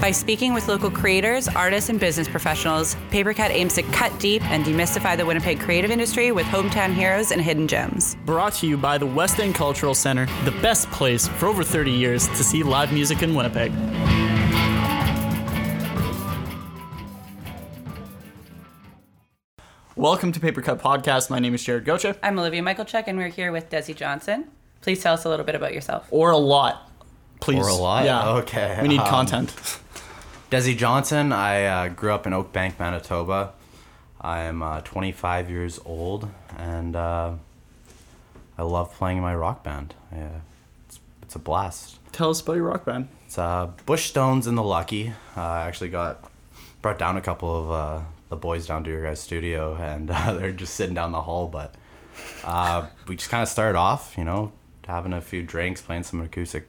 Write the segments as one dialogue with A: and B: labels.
A: By speaking with local creators, artists, and business professionals, Papercut aims to cut deep and demystify the Winnipeg creative industry with hometown heroes and hidden gems.
B: Brought to you by the West End Cultural Center, the best place for over 30 years to see live music in Winnipeg. Welcome to Paper Cut Podcast. My name is Jared Gocha,
A: I'm Olivia Michaelchuk, and we're here with Desi Johnson. Please tell us a little bit about yourself.
B: or a lot, please.
C: Or a lot?
B: Yeah.
C: Okay,
B: We need
C: um,
B: content.
C: Desi Johnson. I uh, grew up in Oak Bank, Manitoba. I'm uh, 25 years old, and uh, I love playing in my rock band. Yeah, it's, it's a blast.
B: Tell us about your rock band.
C: It's uh, Bush Stones and the Lucky. Uh, I actually got brought down a couple of uh, the boys down to your guys' studio, and uh, they're just sitting down the hall. But uh, we just kind of started off, you know, having a few drinks, playing some acoustic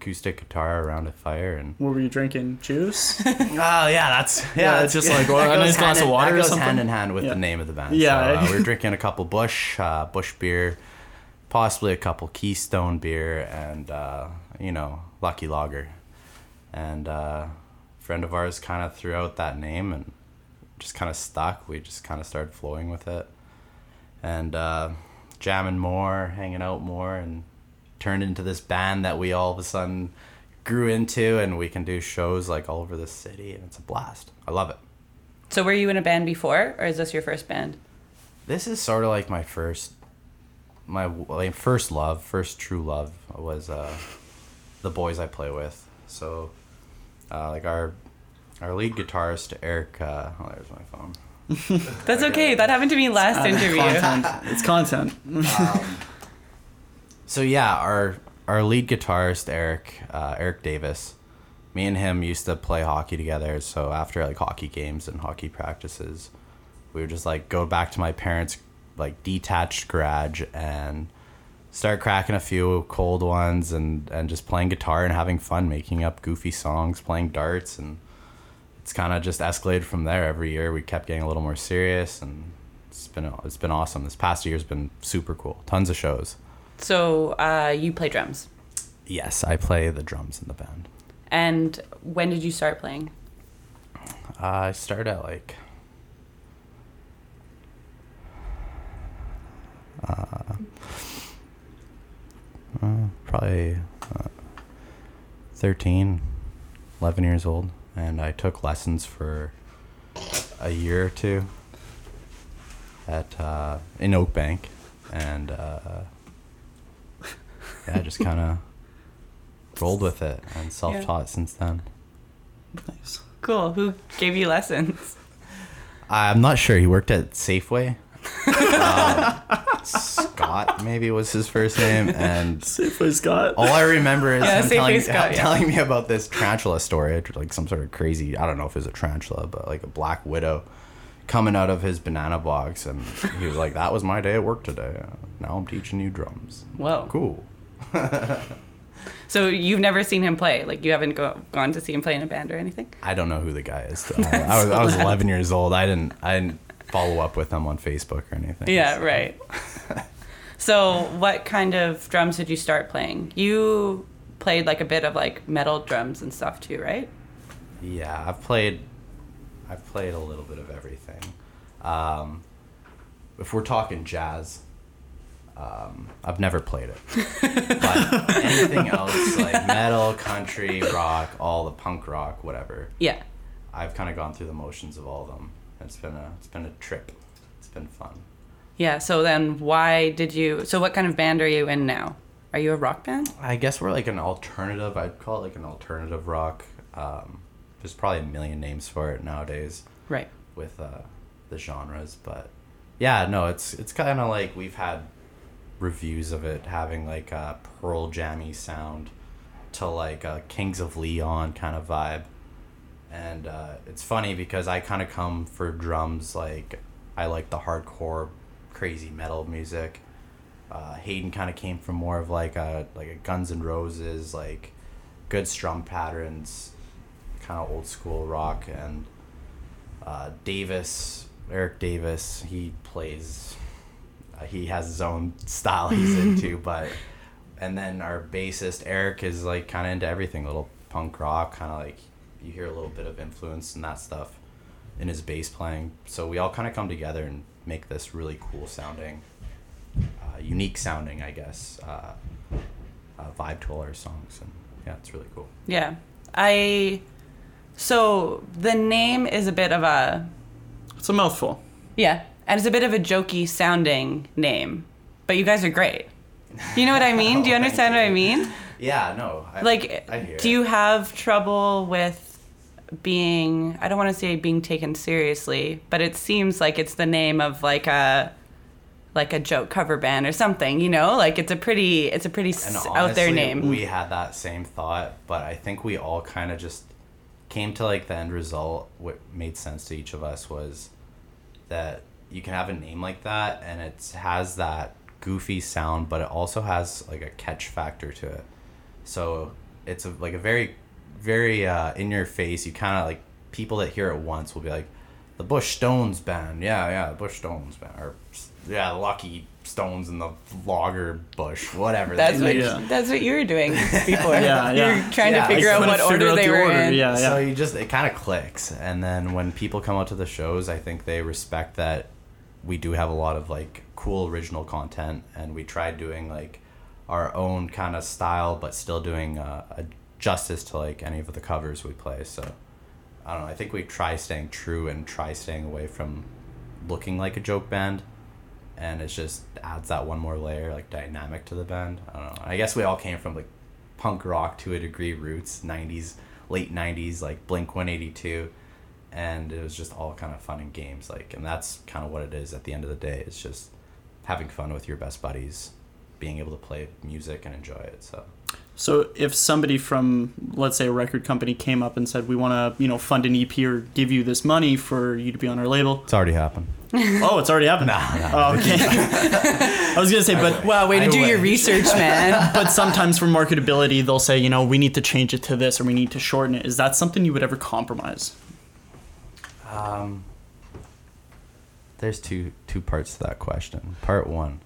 C: acoustic guitar around a fire, and
B: What were you drinking? Juice?
C: Oh yeah, that's yeah.
B: it's
C: that's
B: just like, well,
C: that
B: a nice
C: goes
B: glass
C: hand
B: of
C: in-
B: water
C: That
B: or
C: goes
B: something.
C: hand in hand with
B: Yeah.
C: the name of the band.
B: Yeah.
C: so, uh, we were drinking a couple Bush, uh, Bush beer, possibly a couple Keystone beer, and uh, you know Lucky Lager. And uh, a friend of ours kind of threw out that name and just kind of stuck. We just kind of started flowing with it, and uh, jamming more, hanging out more, and turned into this band that we all of a sudden grew into and we can do shows like all over the city and it's a blast i love it
A: So, were you in a band before, or is this your first band?
C: this is sort of like my first my like, first love first true love was uh the boys i play with so uh like our our lead guitarist eric uh oh there's my phone
A: That's okay. That happened to me last interview.
B: content. It's content.
C: so yeah our our lead guitarist eric uh eric davis me and him used to play hockey together so after like hockey games and hockey practices we would just like go back to my parents like detached garage and start cracking a few cold ones and and just playing guitar and having fun making up goofy songs playing darts and it's kind of just escalated from there every year we kept getting a little more serious and it's been it's been awesome this past year's been super cool tons of shows
A: So, uh, you play drums.
C: Yes, I play the drums in the band.
A: And when did you start playing?
C: Uh, I started at like. Uh, uh, probably uh, 13, 11 years old. And I took lessons for a year or two at uh, in Oak Bank. And uh, yeah, I just kind of rolled with it and self taught since then.
B: nice.
A: Cool. Who gave you lessons?
C: I'm not sure. He worked at Safeway. Um, Scott maybe was his first name, and
B: Safeway Scott.
C: all I remember is
A: Yeah,
C: him
A: Safeway
C: telling,
A: Scott, yeah.
C: telling me about this tarantula story, like some sort of crazy. I don't know if it was a tarantula, but like a black widow coming out of his banana box, and he was like, "That was my day at work today. Now I'm teaching you drums.
A: Whoa.
C: Cool."
A: So you've never seen him play? Like you haven't go- gone to see him play in a band or anything?
C: I don't know who the guy is. though. I, I was I was 11 years old. I didn't I didn't follow up with him on Facebook or anything.
A: Yeah, right. so what kind of drums did you start playing? You played like a bit of like metal drums and stuff too, right?
C: Yeah, I've played. I've played a little bit of everything. Um, if we're talking jazz, um, I've never played it. but anything else like metal, country, rock, all the punk rock, whatever,
A: Yeah.
C: I've kind of gone through the motions of all of them. It's been a it's been a trip. It's been fun.
A: Yeah, so then why did you So what kind of band are you in now? Are you a rock band?
C: I guess we're like an alternative. I'd call it like an alternative rock. Um, there's probably a million names for it nowadays.
A: Right.
C: with uh, the genres, but yeah, no, it's it's kind of like we've had reviews of it having like a Pearl Jammy sound to like a Kings of Leon kind of vibe, and uh, it's funny because I kind of come for drums like I like the hardcore, crazy metal music. Uh, Hayden kind of came from more of like a like a Guns N' Roses like good strum patterns, kind of old school rock and uh, Davis, Eric Davis, he plays, uh, he has his own style he's into, but, and then our bassist, Eric, is like kind of into everything, a little punk rock, kind of like you hear a little bit of influence and that stuff in his bass playing. So we all kind of come together and make this really cool sounding, uh, unique sounding, I guess, uh, uh, vibe to all our songs. And yeah, it's really cool.
A: Yeah. I. So the name is a bit of a.
B: It's a mouthful.
A: Yeah. And it's a bit of a jokey sounding name. But you guys are great. You know what I mean? Do you
C: Oh, thank
A: understand what I
C: you.
A: mean?
C: Yeah, no. I,
A: Like,
C: I hear
A: do
C: it.
A: you have trouble with being, I don't want to say being taken seriously, but it seems like it's the name of like a. Like a joke cover band or something, you know. Like it's a pretty, it's a pretty
C: And
A: s-
C: honestly,
A: out there name.
C: We had that same thought, but I think we all kind of just came to like the end result. What made sense to each of us was that you can have a name like that, and it has that goofy sound, but it also has like a catch factor to it. So it's a, like a very, very uh, in your face. You kind of like people that hear it once will be like, the Bush Stones band, yeah, yeah, the Bush Stones band, or yeah, Lucky Stones and the Logger Bush, whatever.
A: That's
C: They-
A: what
B: Yeah.
A: that's what you were doing before.
B: Yeah,
A: You
B: yeah.
A: were trying
C: Yeah, I
A: to figure out
C: just
B: couldn't
A: what order
B: figure out
A: they
B: the
A: were
B: order,
A: in.
B: yeah.
C: So you just it kind of clicks, and then when people come out to the shows, I think they respect that we do have a lot of like cool original content, and we try doing like our own kind of style, but still doing uh, a justice to like any of the covers we play. So I don't know. I think we try staying true and try staying away from looking like a joke band. And it just adds that one more layer, like dynamic to the band. I don't know. I guess we all came from like punk rock to a degree roots, 90s, late 90s, like Blink 182. And it was just all kind of fun and games. Like, and that's kind of what it is at the end of the day. It's just having fun with your best buddies, being able to play music and enjoy it. So,
B: So if somebody from let's say a record company came up and said we want to, you know, fund an EP or give you this money for you to be on our label.
C: it's already happened.
B: Oh, it's already happened.
C: Nah, nah.
B: Oh, okay. I was going to say but
A: Wow, way to
C: I
A: do your
C: wish.
A: research, man.
B: but sometimes for marketability they'll say, you know, we need to change it to this or we need to shorten it. Is that something you would ever compromise?
C: Um, there's two two parts to that question. Part one.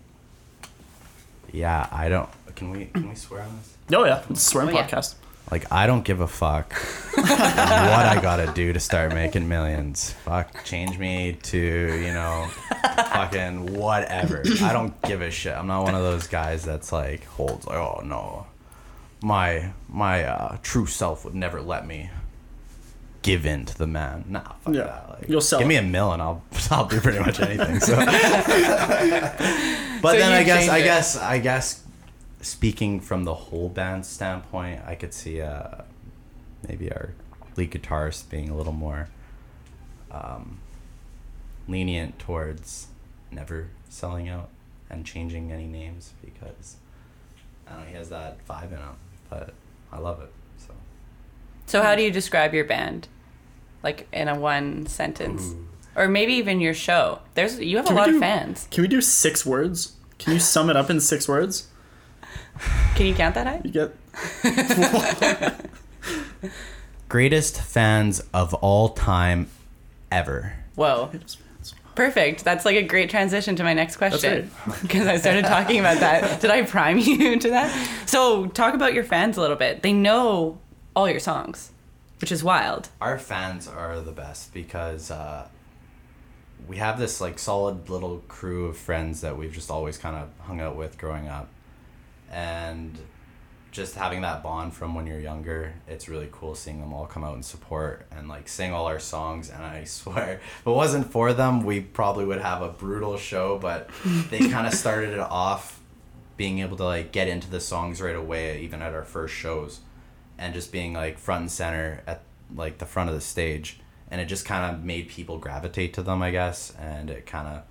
C: Yeah, I don't. Can we can we swear on this?
B: Oh yeah, it's a swearing
A: Oh, yeah.
B: podcast.
C: Like I don't give a fuck what I gotta do to start making millions. Fuck, change me to you know, fucking whatever. I don't give a shit. I'm not one of those guys that's like holds like oh no, my my uh, true self would never let me give in to the man. Nah, fuck
B: Yeah.
C: that. Like,
B: You'll sell
C: Give me
B: it.
C: a mill and I'll I'll do pretty much anything. So. but
A: So
C: then
A: you
C: I guess
A: change
C: I
A: it.
C: guess I guess speaking from the whole band standpoint, I could see uh, maybe our lead guitarist being a little more um, lenient towards never selling out and changing any names because I don't know he has that vibe in him, but I love it. So
A: so, how do you describe your band, like in a one sentence, or maybe even your show? There's you have a
B: Can we
A: lot of
B: do-
A: fans.
B: Can we do six words? Can you sum it up in six words?
A: Can you count that out?
B: You get
C: greatest fans of all time ever.
A: Whoa, perfect. That's like a great transition to my next question because I started talking about that. Did I prime you to that? So, talk about your fans a little bit. They know all your songs, which is wild.
C: our fans are the best because uh, we have this like solid little crew of friends that we've just always kind of hung out with growing up and just having that bond from when you're younger it's really cool seeing them all come out and support and like sing all our songs and i swear if it wasn't for them we probably would have a brutal show but they kind of started it off being able to like get into the songs right away even at our first shows and just being like front and center at like the front of the stage and it just kind of made people gravitate to them i guess and it kind of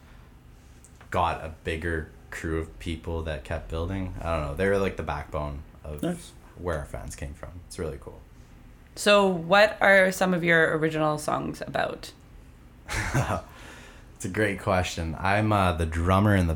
C: got a bigger crew of people that kept building i don't know they were like the backbone of
B: Nice.
C: where our fans came from it's really cool
A: So, what are some of your original songs about?
C: it's a great question i'm uh, the drummer in the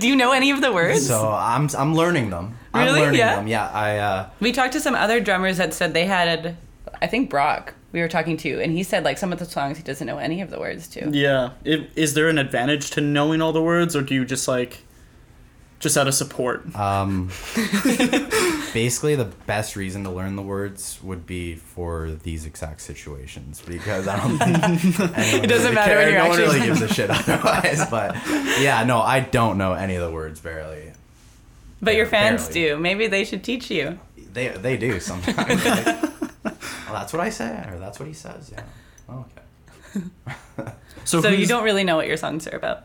A: Do you know any of the words?
C: so i'm i'm learning them i'm
A: Really?
C: learning
A: Yeah?
C: them yeah i uh
A: we talked to some other drummers that said they had, I think Brock we were talking to, and he said like some of the songs he doesn't know any of the words to.
B: Yeah. It, is there an advantage to knowing all the
C: Uh,
B: words, or do you just like, just out of support?
C: um basically the best reason to learn the words would be for these exact situations because I don't think
A: It doesn't matter when
C: cares.
A: you're
C: no one
A: actually-
C: really gives a shit otherwise. But yeah, no, I don't know any of the words barely.
A: But your fans
C: Barely.
A: do. Maybe they should teach you.
C: They they do sometimes. Like, well, that's what I say, or that's what he says. Yeah. Oh, okay.
B: So,
A: so you
B: who's-
A: don't really know what your songs are about.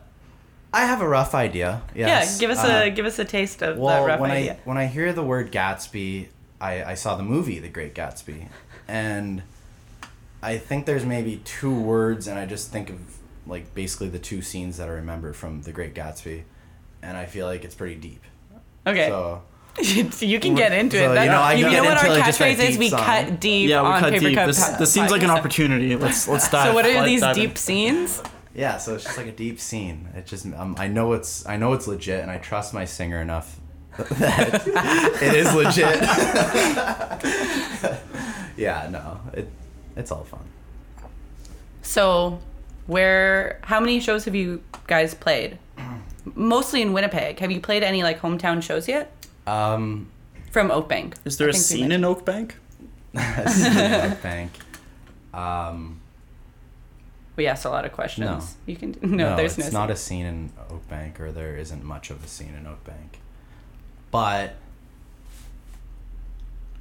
C: I have a rough idea. Yes.
A: Yeah, give us
C: Uh,
A: a give us a taste of
C: Well,
A: that rough
C: when
A: idea.
C: I when I hear the word Gatsby, I, I saw the movie The Great Gatsby, and I think there's maybe two words, and I just think of like basically the two scenes that I remember from The Great Gatsby, and I feel like it's pretty deep.
A: okay,
C: So
A: you can get into
C: So,
A: it.
C: you
A: That's-
C: know, I can get
A: what
C: into
A: our
C: it just by
A: catchphrase is?
C: deep
A: We
C: song.
A: cut deep
B: yeah, we
A: on
B: cut
A: paper
B: deep.
A: cut.
B: This,
A: pa-
B: this seems like an
A: podcast.
B: opportunity. Let's let's dive.
A: So what are
B: let's
A: these
B: dive in.
A: deep scenes?
C: yeah, so it's just like a deep scene. It just um, I know it's I know it's legit, and I trust my singer enough that it is legit. yeah, no, it it's all fun.
A: So, where? How many shows have you guys played? Mostly in Winnipeg. Have you played any like hometown shows yet
C: Um,
A: from Oak Bank?
B: Is there
A: a
B: a scene in Oak Bank?
C: I think. Um,
A: We asked a lot of questions.
C: No.
A: You can no. there's
C: it's
A: no.
C: not
A: scene.
C: a scene in Oak Bank, or there isn't much of a scene in Oak Bank. But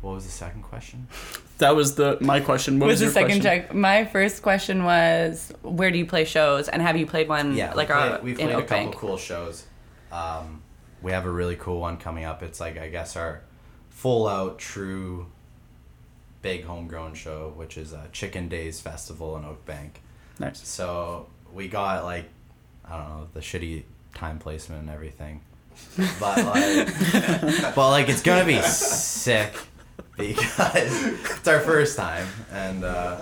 C: what was the second question?
B: That was the my question. What was,
A: was the
B: your
A: second
B: question?
A: check. My first question was, where do you play shows, and have you played one
C: Yeah,
A: like
C: we
A: our,
C: played, we
A: in
C: played a
A: Oak
C: couple
A: Bank?
C: cool shows. Um, we have a really cool one coming up. It's like I guess our full out true big homegrown show, which is a Chicken Days Festival in Oak Bank.
B: Nice.
C: So we got like I don't know the shitty time placement and everything, but like, but like it's gonna be sick because it's our first time, and uh,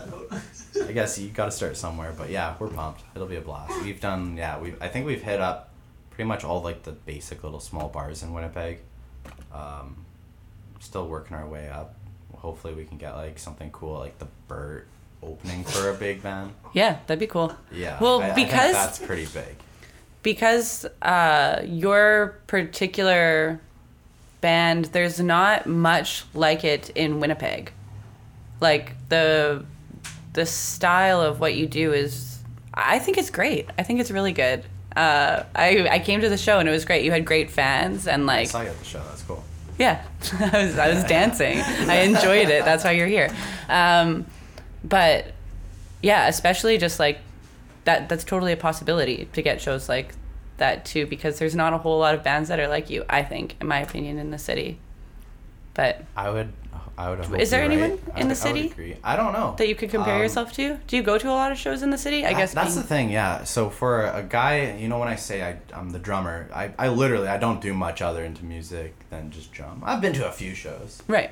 C: I guess you got to start somewhere. But yeah, we're pumped. It'll be a blast. We've done yeah. We I think we've hit up pretty much all like the basic little small bars in Winnipeg. Um, still working our way up. Hopefully we can get like something cool like the Burt opening for a big band.
A: Yeah, that'd be cool.
C: Yeah.
A: Well,
C: I- I think
A: because
C: that's pretty big.
A: because uh, your particular band, there's not much like it in Winnipeg. Like the the style of what you do is, I think it's great. I think it's really good. Uh, I I came to the show and it was great. You had great fans and
C: I
A: like
C: saw you at the show. That's cool.
A: yeah, I was I was dancing. I enjoyed it. That's why you're here. Um, but yeah, especially just like that. That's totally a possibility to get shows like that too, because there's not a whole lot of bands that are like you. I think, in my opinion, in the city. But
C: I would. I would. Hope
A: Is there
C: you're
A: anyone
C: right. I
A: in
C: would-
A: the
C: I would
A: city
C: agree. I don't know
A: that you could compare
C: Um,
A: yourself to. Do you go to a lot of shows in the city? I
C: that-
A: guess
C: that's
A: being-
C: the thing. Yeah. So for a guy, you know, when I say I, I'm the drummer, I, I literally I don't do much other into music than just drum. I've been to a few shows,
A: right.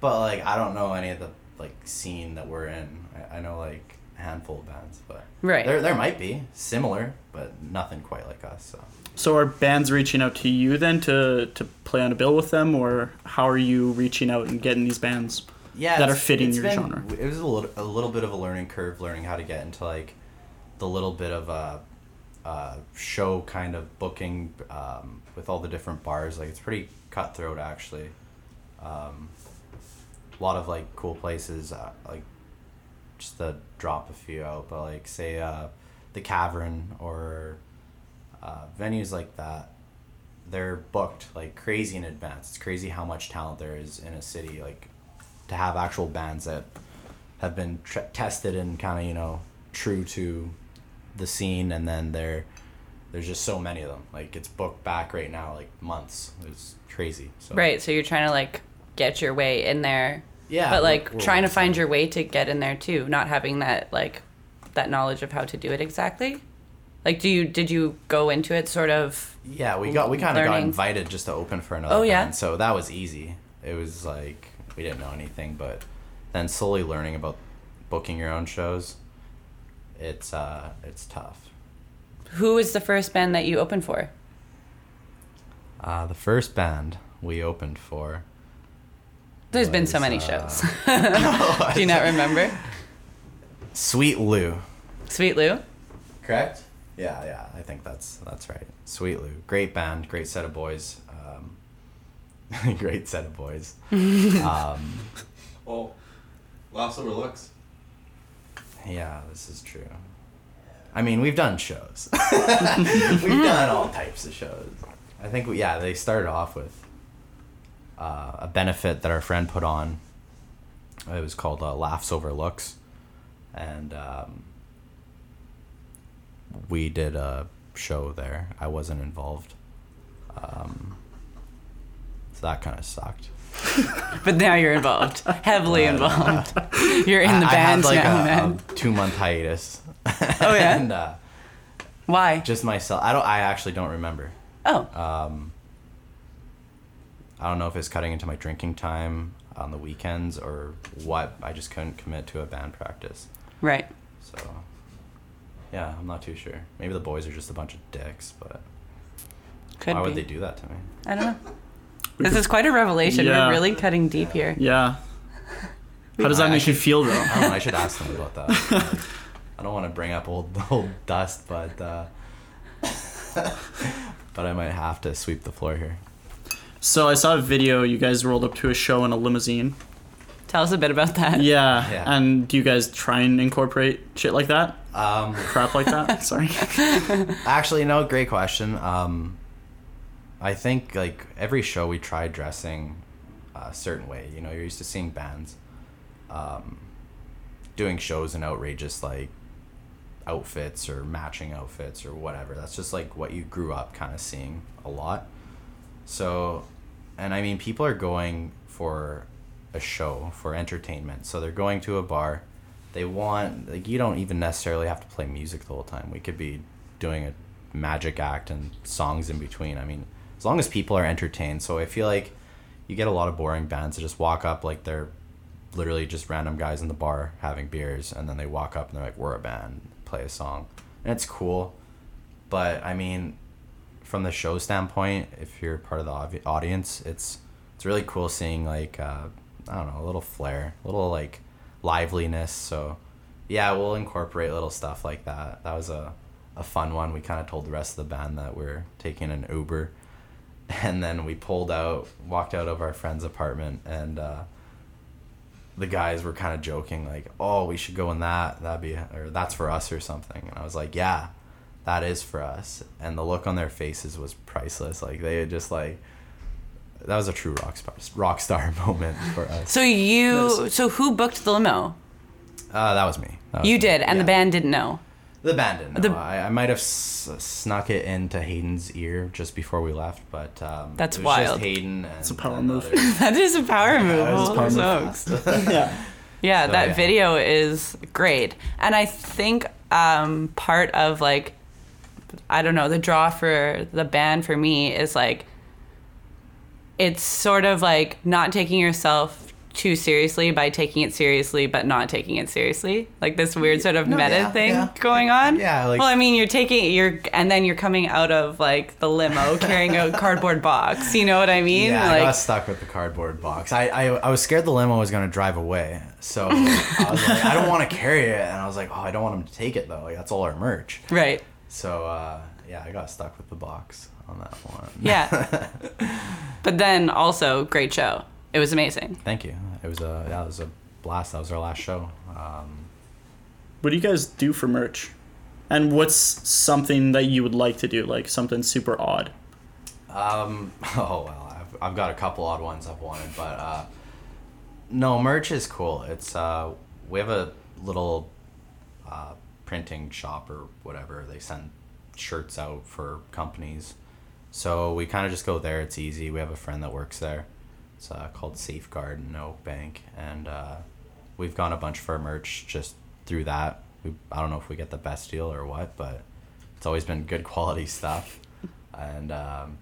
C: but like I don't know any of the like scene that we're in. I, I know like a handful of bands, but
A: Right.
C: there there might be similar, but nothing quite like us. So.
B: So are bands reaching out to you then to to play on a bill with them, or how are you reaching out and getting these bands?
C: yeah,
B: that
C: it's-
B: are fitting
C: it's
B: your
C: been-
B: genre.
C: It was a little, a little bit of a learning curve, learning how to get into like the little bit of a, uh show kind of booking um, with all the different bars. Like it's pretty cutthroat actually. Um, a lot of like cool places, uh, like just to drop a few out, but like say uh, the Cavern or uh, venues like that they're booked like crazy in advance. It's crazy how much talent there is in a city. Like to have actual bands that have been tr- tested and kind of you know true to the scene, and then there there's just so many of them. Like it's booked back right now, like months. It's crazy. So
A: Right. So you're trying to like get your way in there.
C: Yeah,
A: But
C: we're-
A: like
C: we're
A: trying to
C: working
A: find
C: on it.
A: your way to get in there too, not having that like that knowledge of how to do it exactly. Like do you did you go into it sort of
C: Yeah, we got we kind of got
A: Learning.
C: invited just to open for another
A: Oh, yeah?
C: band, so that was easy. It was like we didn't know anything, but then slowly learning about booking your own shows, it's uh it's tough.
A: who was the first band that you opened for?
C: Uh, the first band we opened for.
A: There's been so
C: was,
A: many
C: uh,
A: shows. do you not remember?
C: Sweet Lou.
A: Sweet Lou?
C: Correct. Yeah, yeah. I think that's that's right. Sweet Lou, great band, great set of boys. Um, great set of boys. um,
D: Oh, lots overlooks.
C: yeah, this is true. I mean, we've done shows. we've done all types of shows. I think we, yeah, they started off with uh, a benefit that our friend put on. It was called uh, Laughs Over Looks, and um, we did a show there. I wasn't involved, um, so that kind of sucked.
A: But now you're involved, heavily involved. You're in the
C: I- I had,
A: band
C: like,
A: now,
C: a, um,
A: man.
C: two month hiatus.
A: Oh, yeah?
C: and uh,
A: Why?
C: just uh, myself. I don't. I actually don't remember.
A: Oh,
C: I don't know if it's cutting into my drinking time on the weekends or what. I just couldn't commit to a band practice.
A: right.
C: So, yeah, I'm not too sure. Maybe the boys are just a bunch of dicks, but
A: Could
C: why
A: be.
C: would they do that to me?
A: I don't know. This is quite a revelation.
B: Yeah.
A: We're really cutting deep here.
B: Yeah. How does that make you feel though?
C: I don't know. I should ask them about that. I don't want to bring up old old dust, but uh, but I might have to sweep the floor here.
B: So I saw a video you guys rolled up to a show in a limousine.
A: Tell us a bit about that.
B: Yeah.
C: Yeah.
B: And do you guys try and incorporate shit like that?
C: Um,
B: Crap like that? Sorry.
C: Actually, no. Great question. Um, I think like every show we try dressing a certain way. You know, you're used to seeing bands um, doing shows in outrageous like outfits or matching outfits or whatever. That's just like what you grew up kind of seeing a lot. So, and I mean, people are going for a show for entertainment. So they're going to a bar. They want like you don't even necessarily have to play music the whole time. We could be doing a magic act and songs in between. I mean, as long as people are entertained. So I feel like you get a lot of boring bands that just walk up like they're literally just random guys in the bar having beers and then they walk up and they're like we're a band play a song and it's cool but i mean from the show standpoint, if you're part of the obvi- audience, it's it's really cool seeing like uh, I don't know a little flair, a little like liveliness. So yeah, we'll incorporate little stuff like that. That was a a fun one. We kind of told the rest of the band that we're taking an Uber, and then we pulled out, walked out of our friend's apartment, and uh, the guys were kind of joking like, "Oh, we should go in that. That'd be or that's for us or something." And I was like, "Yeah." that is for us and the look on their faces was priceless like they had just like that was a true rock star rock star moment for us
A: So you, so who booked the limo?
C: uh, that was me That was
A: You
C: me.
A: did, and
C: Yeah.
A: the band didn't know.
C: the band didn't know.
A: the-
C: I, I might have s- snuck it into hayden's ear just before we left but um,
A: That's
C: it was just
A: wild.
C: hayden and it's
B: a power move.
A: That is a power move.
C: it was a
A: Holy
C: power move.
A: smokes.
B: yeah.
A: Yeah,
C: So,
A: that
C: yeah.
A: video is great. And I think um, part of like, I don't know, the draw for the band for me is like, it's sort of like not taking yourself too seriously by taking it seriously but not taking it seriously like this weird sort of
C: No,
A: meta
C: yeah,
A: thing
C: yeah.
A: going on
C: Yeah, like-
A: well i mean you're taking you're and then you're coming out of like the limo carrying a cardboard box you know what i mean
C: yeah, I
A: like
C: got stuck with the cardboard box. I, I, I was scared the limo was gonna drive away, so I was like, I don't want to carry it, and I was like, oh, I don't want him to take it though. Like, that's all our merch.
A: right
C: So uh, yeah, I got stuck with the box on that one.
A: Yeah. but then also, great show. It was amazing.
C: Thank you. It was a that was a blast. That was our last show. Um,
B: What do you guys do for merch? And what's something that you would like to do? Like something super odd?
C: um, oh well, I've, I've got a couple odd ones I've wanted, but uh, no merch is cool. It's uh, we have a little uh, printing shop or whatever. They send shirts out for companies, so we kind of just go there. It's easy. We have a friend that works there. It's uh, called Safeguard in Oak Bank, and uh, we've gone a bunch of our merch just through that. We, I don't know if we get the best deal or what, but it's always been good quality stuff, and um,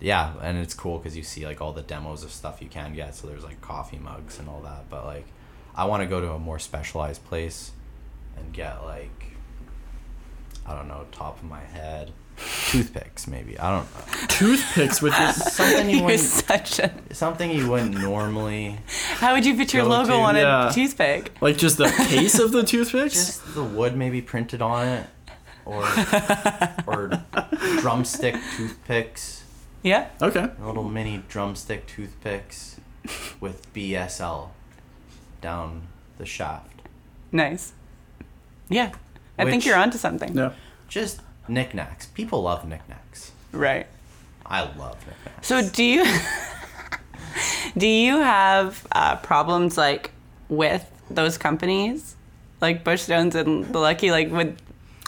C: yeah, and it's cool because you see like all the demos of stuff you can get. So there's like coffee mugs and all that, but like I want to go to a more specialized place and get like I don't know, top of my head, toothpicks maybe. I don't
B: Toothpicks with your
C: something you
A: You're
C: wouldn't
A: such a.
C: something you wouldn't normally
A: How would you put your
C: Go
A: logo
C: to-
A: on a
B: yeah.
A: toothpick?
B: like just the case of the toothpicks?
C: just the wood maybe printed on it or or drumstick toothpicks.
A: Yeah.
B: Okay.
C: Little mini drumstick toothpicks with BSL down the shaft.
A: Nice. Yeah. I think
C: Which-
A: you're onto something.
B: Yeah.
C: Just knickknacks. People love knickknacks.
A: Right.
C: I love knickknacks.
A: So do you do you have uh, problems like with those companies, like Bushstones and the Lucky? Like, would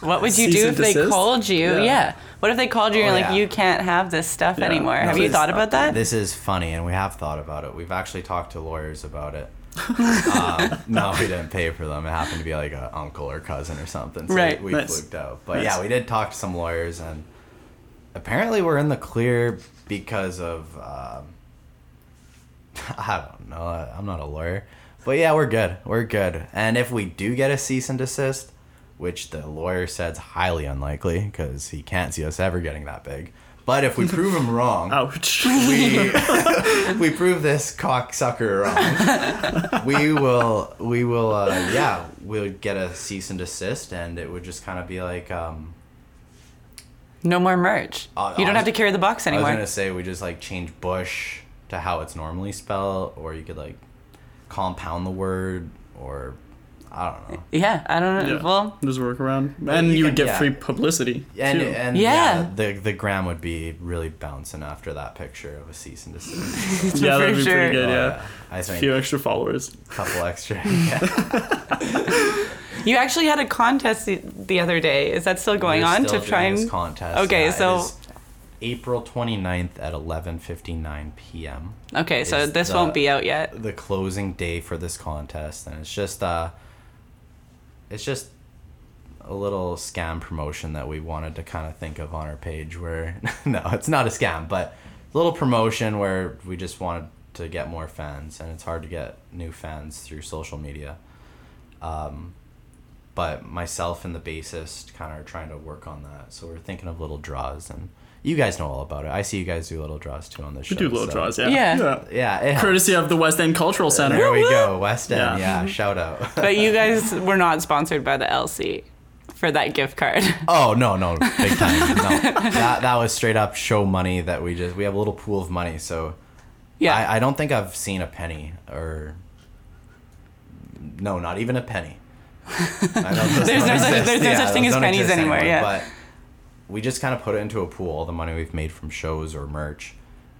A: what would you
B: Cease
A: do if
B: and
A: they
B: desist?
A: called you?
B: Yeah.
A: Yeah. What if they called you and
C: Oh,
A: you're like,
C: yeah.
A: you can't have this stuff
B: Yeah.
A: anymore?
B: No,
A: have you
B: please
A: thought
B: stop.
A: about that?
C: This is funny, and we have thought about it. We've actually talked to lawyers about it. um, no, we didn't pay for them. It happened to be like an uncle or cousin or something. So
A: Right.
C: We,
B: Nice.
C: fluked out. But
B: Nice.
C: yeah, we did talk to some lawyers, and apparently we're in the clear because of. Um, I don't know. I- I'm not a lawyer. But yeah, we're good. We're good. And if we do get a cease and desist, which the lawyer said's highly unlikely because he can't see us ever getting that big. But if we prove him wrong,
B: Ouch.
C: we we prove this cocksucker wrong. we will we will uh, yeah we'll get a cease and desist and it would just kind of be like um,
A: no more merch.
C: Uh,
A: you don't
C: I was-
A: have to carry the box
C: I was
A: anymore.
C: gonna say we just like change Bush to how it's normally spelled or you could like compound the word or I don't know
A: Yeah, I don't know.
B: Yeah.
A: Well,
B: There's a workaround, and you,
C: you
B: would get
C: can- yeah.
B: free publicity.
C: and uh,
B: too.
C: and
A: Yeah.
C: yeah. the the gram would be really bouncing after that picture of a cease and desist.
B: yeah,
A: for
B: that'd be
A: sure.
B: pretty good.
C: Oh,
B: Yeah,
C: I
B: a
C: think
B: few extra followers.
C: couple extra. Yeah.
A: you actually had a contest the- the other day. Is that still going
C: We're
A: on
C: still
A: to try
C: doing
A: and?
C: this contest. Uh,
A: Okay,
C: it
A: so-
C: is April 29th at 11:59 p.m.
A: Okay, so
C: is
A: this
C: the-
A: won't be out yet.
C: The closing day for this contest and it's just uh it's just a little scam promotion that we wanted to kind of think of on our page where no, it's not a scam, but a little promotion where we just wanted to get more fans and it's hard to get new fans through social media. Um but myself and the bassist kind of are trying to work on that. So we're thinking of little draws, and you guys know all about it. I see you guys do little draws too on the show.
B: We do little
C: so-
B: draws. Yeah.
A: Yeah.
C: Yeah, it helps.
B: Courtesy of the West End Cultural
C: There
B: Center.
C: we go, West End.
B: Yeah.
C: Yeah, shout out.
A: But you guys were not sponsored by the LC for that gift card.
C: Oh no, no, big time. No, that that was straight up show money that we just we have a little pool of money. So
A: yeah.
C: I, I don't think I've seen a penny or no, not even a penny. I know those
A: There's
C: don't
A: no such-
C: exist.
A: there's no such
C: those
A: thing as
C: don't
A: pennies
C: exist
A: anymore, yeah.
C: But we just kind of put it into a pool, all the money we've made from shows or merch,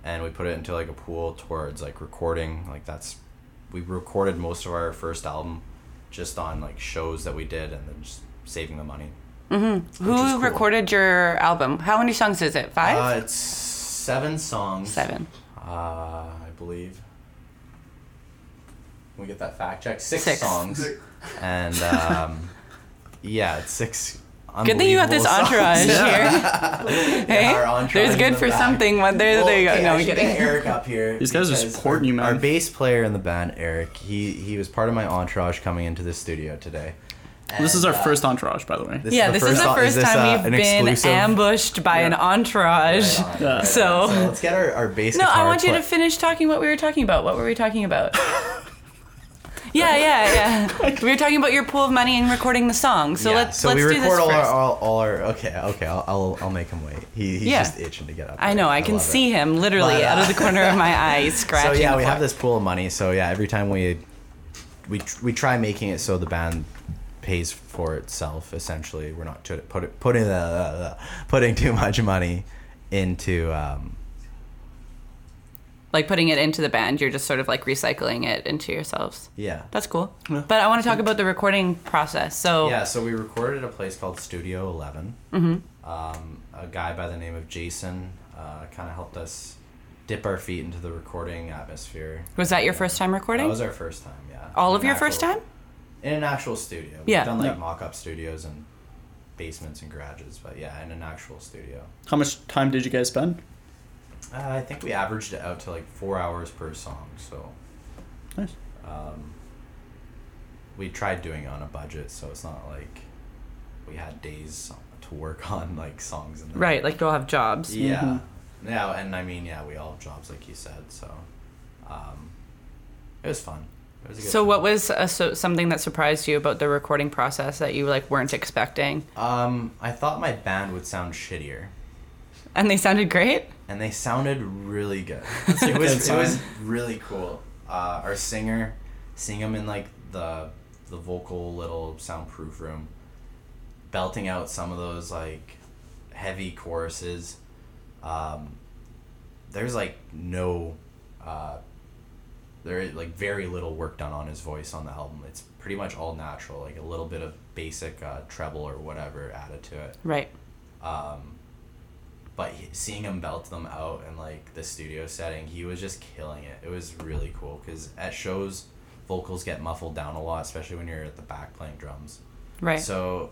C: and we put it into like a pool towards like recording. Like that's we recorded most of our first album just on like shows that we did, and then just saving the money.
A: Mm-hmm. Who
C: is cool.
A: recorded your album? How many songs is it? Five?
C: Uh, it's seven songs.
A: Seven.
C: Uh, I believe. We get that fact check. Six,
A: Six.
C: songs. and um, yeah, it's six.
A: Good thing you got this
C: unbelievable
A: entourage here.
C: songs.
A: hey?
C: our entourage
A: There's
C: in
A: good
C: the
A: for
C: back. Oh,
A: something. One there,
C: Well,
A: there you go.
C: okay,
A: no,
C: I
A: I'm
C: should
A: kidding.
C: get Eric up here.
B: These guys are
C: because
B: supporting you, man.
C: Our bass player in the band, Eric, he he was part of my entourage coming into the studio today.
B: This is
C: And,
B: our
C: uh,
B: first entourage, by the way.
C: this
A: Yeah, this is the
C: song-
A: first
C: this,
A: time
C: uh,
A: we've
C: an
A: been
C: exclusive?
A: ambushed by an entourage.
C: Right on.
B: Yeah.
A: So-
C: let's get our, our bass
A: No, I
C: guitar
A: want you
C: pla-
A: to finish talking what we were talking about. What were we talking about? yeah, yeah, yeah. We were talking about your pool of money and recording the song. So
C: Yeah,
A: let's
C: so
A: let's
C: we
A: do
C: record
A: this
C: all,
A: first.
C: Our, all all our okay okay I'll I'll, I'll make him wait he, he's
A: Yeah.
C: just itching to get up
A: I know. I can see him literally
C: But, uh,
A: out of the corner of my eye
C: so
A: scratching.
C: yeah
A: the
C: we have
A: floor.
C: this pool of money so yeah every time we we tr- we try making it so the band pays for itself essentially we're not to put it putting uh, putting too much money into um
A: like putting it into the band. You're just sort of like recycling it into yourselves.
C: yeah
A: That's cool. But I want to talk about the recording process. So
C: Yeah, so we recorded at a place called Studio 11.
A: Mm-hmm.
C: Um, a guy by the name of Jason uh, kind of helped us dip our feet into the recording atmosphere.
A: was that your first time recording?
C: That was our first time, yeah.
A: all
C: In
A: of
C: an
A: your first
C: actual-
A: time?
C: In an actual studio. We've
A: Yeah.
C: done like
B: Yeah.
C: mock up studios and basements and garages, but yeah, in an actual studio.
B: How much time did you guys spend?
C: Uh, I think we averaged it out to like four hours per song, so
B: Nice.
C: we tried doing it on a budget, so it's not like we had days to work on like songs and
A: Right. Like you'll have jobs.
C: Yeah. Yeah, and I mean, yeah, we all have jobs, like you said. So, um, it was fun. It was a good
A: So
C: time.
A: what was uh so, something that surprised you about the recording process that you like weren't expecting?
C: Um, I thought my band would sound shittier.
A: And they sounded great.
C: and they sounded really good.
B: a
C: it was
B: good
C: it was
B: sign.
C: really cool. Uh, our singer, seeing him in like the the vocal little soundproof room, belting out some of those like heavy choruses. Um, there's like no, uh, there is like very little work done on his voice on the album. It's pretty much all natural, like a little bit of basic uh, treble or whatever added to it
A: Right.
C: um, but he, seeing him belt them out in like the studio setting, he was just killing it. It was really cool because at shows, vocals get muffled down a lot, especially when you're at the back playing drums.
A: Right.
C: So,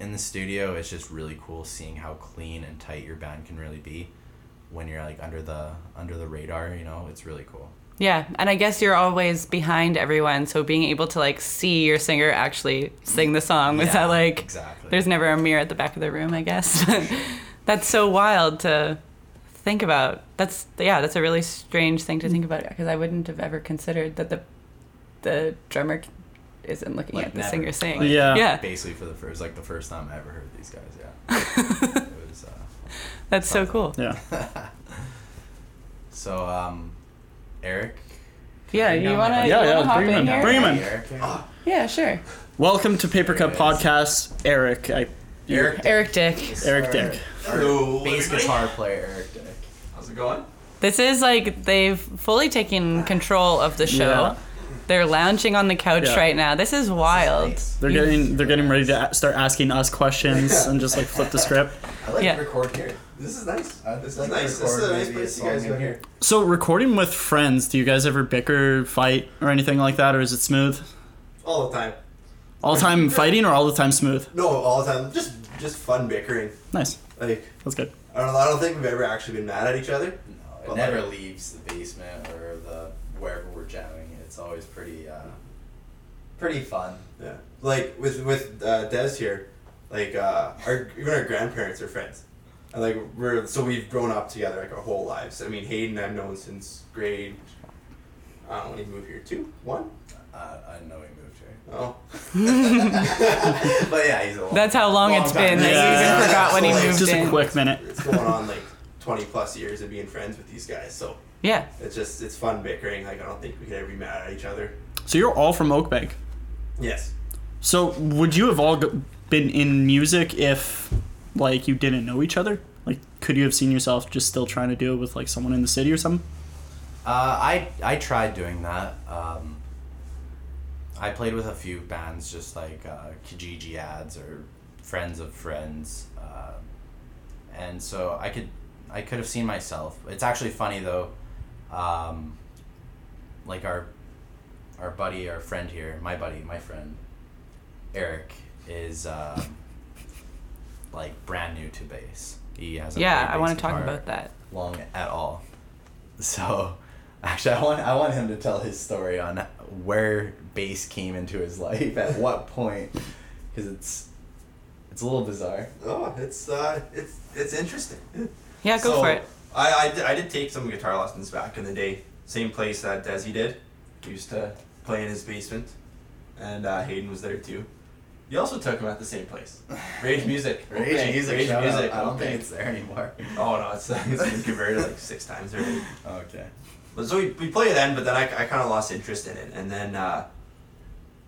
C: in the studio, it's just really cool seeing how clean and tight your band can really be when you're like under the under the radar. You know, it's really cool.
A: yeah. And I guess you're always behind everyone. So being able to like see your singer actually sing the song was
C: Yeah,
A: that like
C: exactly?
A: there's never a mirror at the back of the room, I guess. that's so wild to think about. That's yeah, that's a really strange thing to think about because I wouldn't have ever considered that the the drummer isn't looking
C: Like,
A: at the
C: never.
A: singer sing.
C: Like,
B: Yeah.
A: yeah.
C: basically for the first like the first time I ever heard these guys. Yeah, it was. Uh,
A: That's so cool.
B: Yeah.
C: So, um, Eric.
A: Yeah, you wanna,
C: Yeah,
A: you
B: yeah,
A: wanna hop
B: bring
A: in
B: him in.
A: here?
B: Bring him in. Ah,
C: Eric.
A: Yeah, sure.
B: Welcome to Paper Cup
C: There it is.
B: Podcast, Eric. I,
C: Eric.
A: Eric Dick.
B: Eric Dick.
D: Hello,
C: Bass
D: everybody.
C: guitar player Eric Dick.
D: How's it going?
A: This is like they've fully taken control of the show.
B: Yeah.
A: They're lounging on the couch
B: Yeah.
A: right now. This is wild.
C: Nice.
B: They're getting they're getting ready to a- start asking us questions and just like flip the script.
C: I like
A: Yeah.
C: to record here.
E: This is nice.
C: I just
E: Uh, This
C: like to
E: is nice. This
C: record
E: is a nice
C: maybe a
E: place you
C: song
E: guys
C: in
E: go
C: here.
E: here.
B: So recording with friends, do you guys ever bicker, fight, or anything like that, or is it smooth?
E: All the time.
B: All the time fighting or all the time smooth?
E: No, all the time. Just just fun bickering.
B: Nice.
E: Like
B: That's good.
E: I don't, know, I don't think we've ever actually been mad at each other.
C: No, it
E: Well,
C: never
E: like-
C: leaves the basement or the wherever we're jamming. It's always pretty, uh, pretty fun.
E: Yeah. Like with with uh, Des here, like uh, our even our grandparents are friends. And like we're so we've grown up together like our whole lives. I mean Hayden I've known since grade. I don't know when he moved here. Two, one.
C: Uh, I know he moved here,
E: Oh,
C: but yeah, he's a.
A: That's how long,
E: Long
A: it's
E: time.
A: been. that
B: Yeah.
A: you even forgot when he
E: Absolutely.
A: moved
B: Just
A: in.
B: a quick minute.
E: it's going on like twenty plus years of being friends with these guys. So
A: yeah.
E: it's just it's fun bickering. Like I don't think we could ever be mad at each other.
B: So you're all from Oak Bank.
E: Yes.
B: So would you have all go- been in music if like you didn't know each other? Like could you have seen yourself just still trying to do it with like someone in the city or something?
C: Uh, I I tried doing that. Um, I played with a few bands, just like uh, Kijiji ads or friends of friends, uh, and so I could I could have seen myself. It's actually funny though, um, like our our buddy, our friend here, my buddy, my friend, Eric is um, like brand new to bass. He hasn't
A: Yeah,
C: played
A: I want
C: bass
A: to talk
C: guitar
A: about that.
C: long at all. So, actually, I want I want him to tell his story on where bass came into his life at what point, because it's it's a little bizarre.
E: Oh, it's uh, it's it's interesting.
A: Yeah, go
E: So,
A: for it.
E: I, I, did, I did take some guitar lessons back in the day. Same place that Desi did. He used to play in his basement, and uh, Hayden was there too. You also took him at the same place. Rage Music.
C: Rage
E: Okay,
C: music,
E: Rage
C: shout out.
E: Music.
C: I don't
E: okay.
C: think it's there anymore.
E: Oh no, it's, it's been converted like six times already.
C: Okay.
E: But so we, we played then, but then I, I kind of lost interest in it. And then, uh,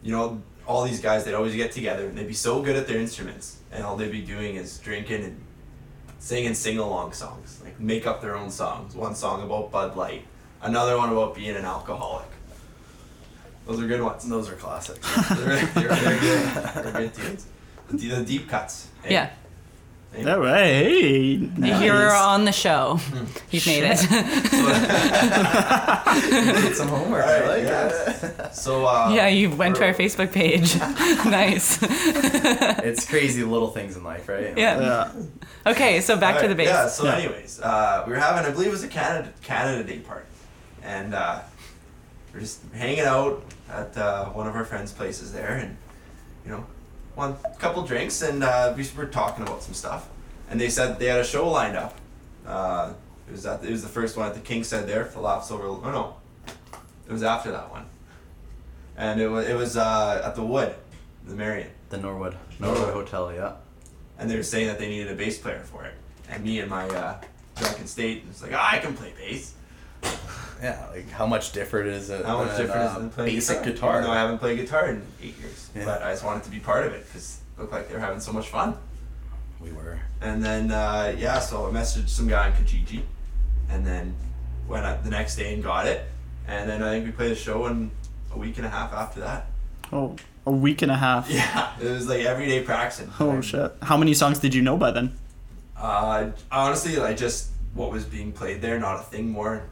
E: you know, all these guys, they'd always get together and they'd be so good at their instruments. And all they'd be doing is drinking and singing sing along songs. Like, make up their own songs. One song about Bud Light, another one about being an alcoholic. Those are good ones.
C: Those are classics.
E: They're, they're, they're good. They're good tunes. The, de- the deep cuts. eh?
A: Yeah.
E: Eh?
B: All right. Hey.
A: You
B: nice.
A: hear her on the show.
E: Hmm.
A: He's made it.
C: Did some homework. I
E: Alright,
C: like
E: yes.
C: it.
E: So, uh,
A: yeah, you went to our
E: we're-
A: Facebook page. nice.
C: It's crazy little things in life, right?
A: yeah.
B: Yeah.
A: Okay, so back to the
E: Alright,
A: base.
E: Yeah. So,
B: Yeah.
E: anyways, uh, we were having, I believe it was a Canada Canada Day party, and uh, we're just hanging out at uh, one of our friends' places there, and you know, one couple drinks, and uh, we were talking about some stuff, and they said they had a show lined up. Uh, it was at, it was the first one at the King said there for laughs over. Oh no, it was after that one, and it was it was uh, at the Wood, the Marion
C: The Norwood Norwood Hotel. Yeah.
E: and they were saying that they needed a bass player for it. And me and my uh, drunken state and it's like, "Ah, I can play bass.
C: Yeah, like how much different is it?
E: How much
C: than,
E: different
C: uh,
E: is it than playing
C: basic
E: Even though I
C: guitar?
E: haven't played guitar in eight years,
C: Yeah.
E: but I just wanted to be part of it because it looked like they were having so much fun.
C: We were.
E: And then uh, yeah, so I messaged some guy on Kijiji, and then went out the next day and got it. And then I think we played a show in a week and a half after that.
B: Oh, a week and a half.
E: Yeah, it was like everyday practicing.
B: Oh
E: And,
B: shit! How many songs did you know by then?
E: Uh, honestly, like just what was being played there, not a thing more.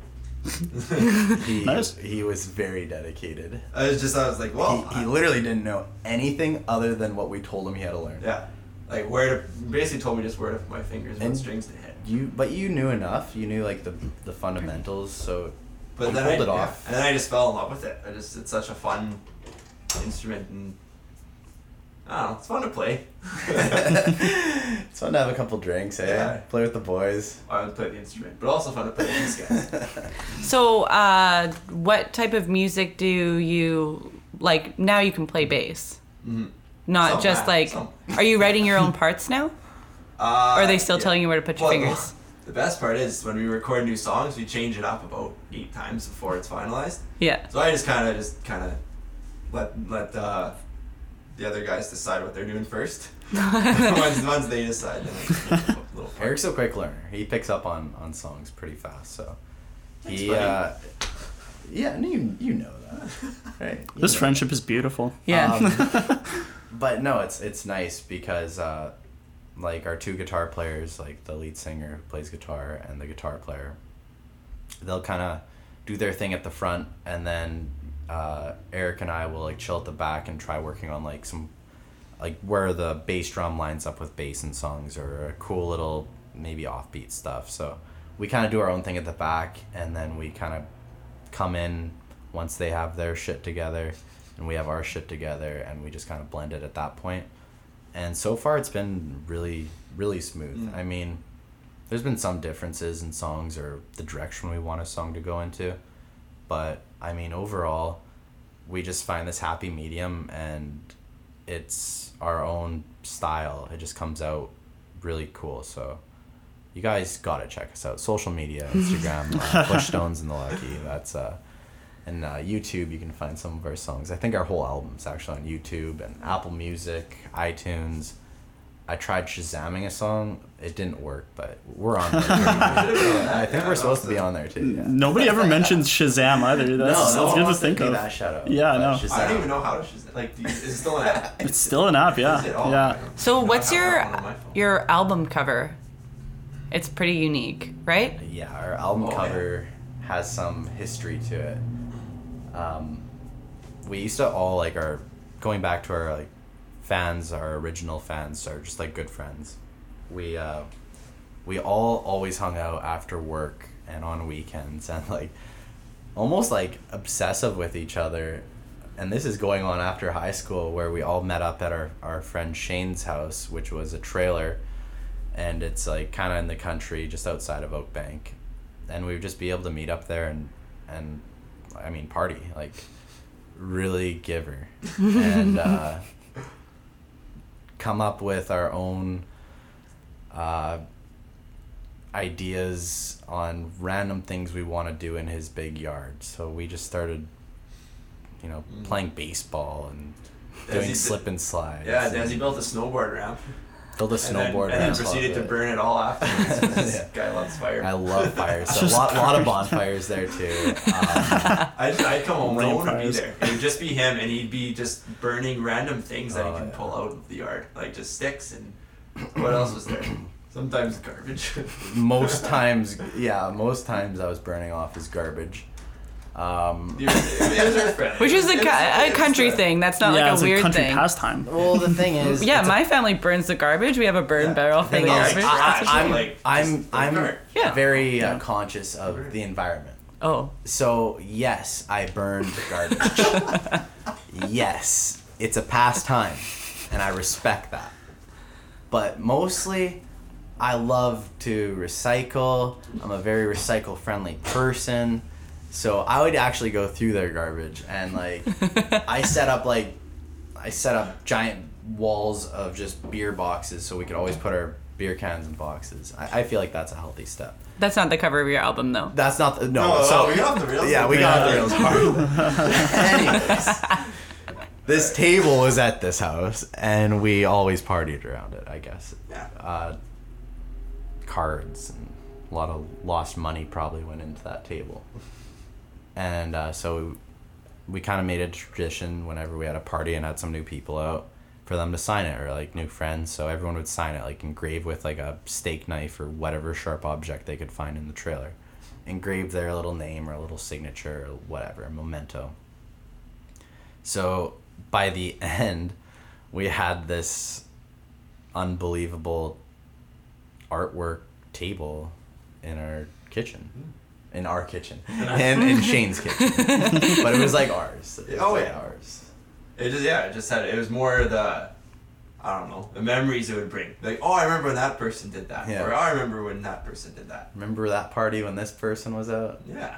C: He,
B: Nice.
C: he was very dedicated.
E: I was just Oh, I was like, well,
C: he, he literally didn't know anything other than what we told him he had to learn.
E: yeah, like where to basically told me just where to put my fingers and,
C: And-
E: what strings to hit.
C: You, but you knew enough. You knew like the the fundamentals. So,
E: But
C: You
E: then
C: pulled
E: I,
C: it off.
E: yeah, and then I just fell in love with it. I just it's such a fun instrument and I don't know, it's fun to play.
C: it's fun to have a couple drinks. Eh?
E: Yeah.
C: Play with the boys.
E: I would play the instrument, but also fun to play with these guys.
A: So, uh, what type of music do you like? Now you can play bass, not
E: Mm-hmm. Some
A: just
E: rap,
A: like.
E: some.
A: Are you writing your own parts now?
E: Uh,
A: Or are they still telling you where to put your fingers?
E: The best part is when we record new songs, we change it up about eight times before it's finalized.
A: Yeah.
E: So I just kind of just kind of let let uh, the other guys decide what they're doing first. once, once they decide, then I just make a little part.
C: Eric's a quick learner. He picks up on on songs pretty fast. So, he.
E: funny.
C: Uh, yeah, and you you know that, right? You
B: This
C: know.
B: friendship is beautiful.
A: Yeah.
C: Um, but no, it's it's nice because uh, like our two guitar players, like the lead singer who plays guitar and the guitar player, they'll kind of do their thing at the front, and then uh, Eric and I will like chill at the back and try working on like some like where the bass drum lines up with bass in songs or a cool little maybe offbeat stuff. So we kind of do our own thing at the back, and then we kind of come in once they have their shit together and we have our shit together and we just kind of blend it at that point and so far it's been really really smooth i mean there's been some differences in songs or the direction we want a song to go into but i mean overall we just find this happy medium and it's our own style it just comes out really cool so you guys gotta check us out social media instagram uh, pushstones and the lucky that's uh and uh, youtube you can find some of our songs i think our whole album's actually on youtube and apple music itunes i tried shazamming a song it didn't work but we're on there i think we're supposed to be on there too yeah.
B: Nobody ever mentions Shazam either. That's,
C: no
B: that's good
C: one
B: to
C: wants
B: think
C: give
B: of.
C: That shout out,
B: Yeah, I
C: but
B: know.
C: Shazam.
E: I don't even know how to shazam. Like, do you, is it still an app?
B: It's still an app, yeah.
E: Is it all?
B: Yeah.
A: So, what's
E: I have
A: your
E: that one on my phone.
A: your album cover? It's pretty unique, right?
C: Yeah, our album
E: Oh, yeah.
C: cover has some history to it. Um, we used to all like our going back to our like fans, our original fans, are just like good friends. We uh, we all always hung out after work and on weekends and like almost like obsessive with each other. And this is going on after high school where we all met up at our, our friend Shane's house, which was a trailer and it's like kind of in the country just outside of Oak Bank. And we would just be able to meet up there and, and I mean, party, like really give her and uh, come up with our own uh, ideas on random things we want to do in his big yard. So we just started, you know,
E: Mm.
C: playing baseball and
E: Desi
C: doing
E: did-
C: slip and slides.
E: Yeah,
C: and
E: Desi built a snowboard ramp.
C: build a
E: and then-
C: snowboard
E: and then
C: ramp
E: proceeded
C: off
E: to
C: it.
E: burn it all afterwards. this
C: Yeah.
E: guy loves fire.
C: I
E: I,
C: love fires. So a lot, lot of bonfires there too. Um,
E: I'd, I'd come home, no one would be
B: Vampires.
E: there. It would just be him, and he'd be just burning random things that
C: Oh,
E: he can
C: yeah.
E: pull out of the yard, like just sticks and what else was there? Sometimes garbage.
C: most times, yeah, most times I was burning off his garbage. Um,
E: it was it was our friend.
A: Which is a,
E: It
A: cou- a
E: it
A: country
E: the-
A: thing. That's not
B: yeah,
A: like
B: it's
A: a weird
B: country
A: thing.
B: pastime.
C: well, the thing is,
A: yeah,
C: it's a
A: my family burns the garbage. We have a burn
E: Yeah.
A: barrel for the
C: thing is,
A: garbage.
C: I,
E: Trash,
C: I'm,
E: like,
C: I'm,
E: just
C: I'm,
E: burn.
A: Yeah.
C: very uh, conscious of the environment.
A: oh,
C: So yes, I burned garbage. yes, it's a pastime, and I respect that. But mostly, I love to recycle. I'm a very recycle-friendly person, so I would actually go through their garbage and like I set up like I set up giant walls of just beer boxes so we could always put our beer cans and boxes. I, I feel like that's a healthy step.
A: That's not the cover of your album, though.
C: That's not the, no.
E: No,
C: so
E: Oh, we got off the rails.
C: yeah, we got off the rails hard. Anyways, this table was at this house, and we always partied around it. I guess
E: Yeah.
C: uh, cards and a lot of lost money probably went into that table. And uh, so we, we kind of made a tradition whenever we had a party and had some new people out for them to sign it or like new friends. So everyone would sign it, like engrave with like a steak knife or whatever sharp object they could find in the trailer. Engrave their little name or a little signature or whatever, memento. So by the end, we had this unbelievable artwork table in our kitchen.
E: Hmm.
C: In our kitchen. And in Shane's kitchen. but it was like ours. It was
E: Oh,
C: like
E: yeah.
C: ours.
E: It just yeah, it just had it was more the I don't know the memories it would bring. Like oh, I remember when that person did that,
C: Yeah.
E: or I remember when that person did that.
C: Remember that party when this person was out?
E: Yeah.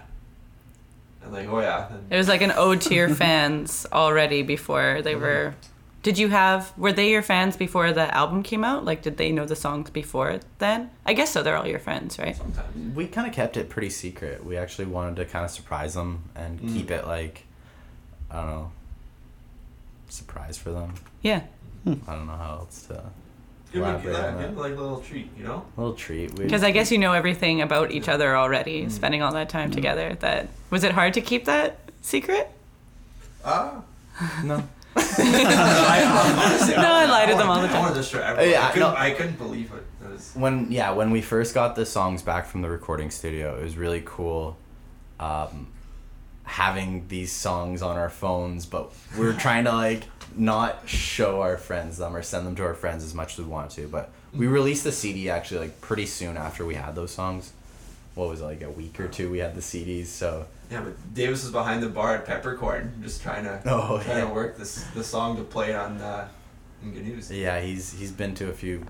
E: And like oh yeah, and
A: It was like an ode to your fans already before they were. Did you have? Were they your fans before the album came out? Like, did they know the songs before then? I guess so. They're all your friends, right?
E: sometimes.
C: We kind of kept it pretty secret. We actually wanted to kind of surprise them
E: Hmm.
C: and keep it like, I don't know, surprise for them.
A: Yeah.
B: Hmm,
C: I don't know how else to.
E: Give him,
C: elaborate on
E: like,
C: that.
E: give him like a little treat, you know.
C: Little treat. We,
A: Because I guess you know everything about each other
B: Mm-hmm.
A: already, spending all that time together. That was it hard to keep that secret?
E: Ah.
C: no.
E: Honestly,
A: No, I lie to them all the
E: I
A: time.
E: wanted to destroy everyone.
C: Yeah,
E: I, couldn't,
C: no.
E: I couldn't believe it. It was
C: when yeah when we first got the songs back from the recording studio it was really cool um, having these songs on our phones but we were trying to like not show our friends them or send them to our friends as much as we wanted to but we released the cd actually like pretty soon after we had those songs what was it like a week or two we had the cds so
E: yeah, but Davis was behind the bar at Peppercorn, just trying to
C: Oh,
E: trying
C: yeah.
E: to work this the song to play on uh, in good news.
C: yeah he's he's been to a few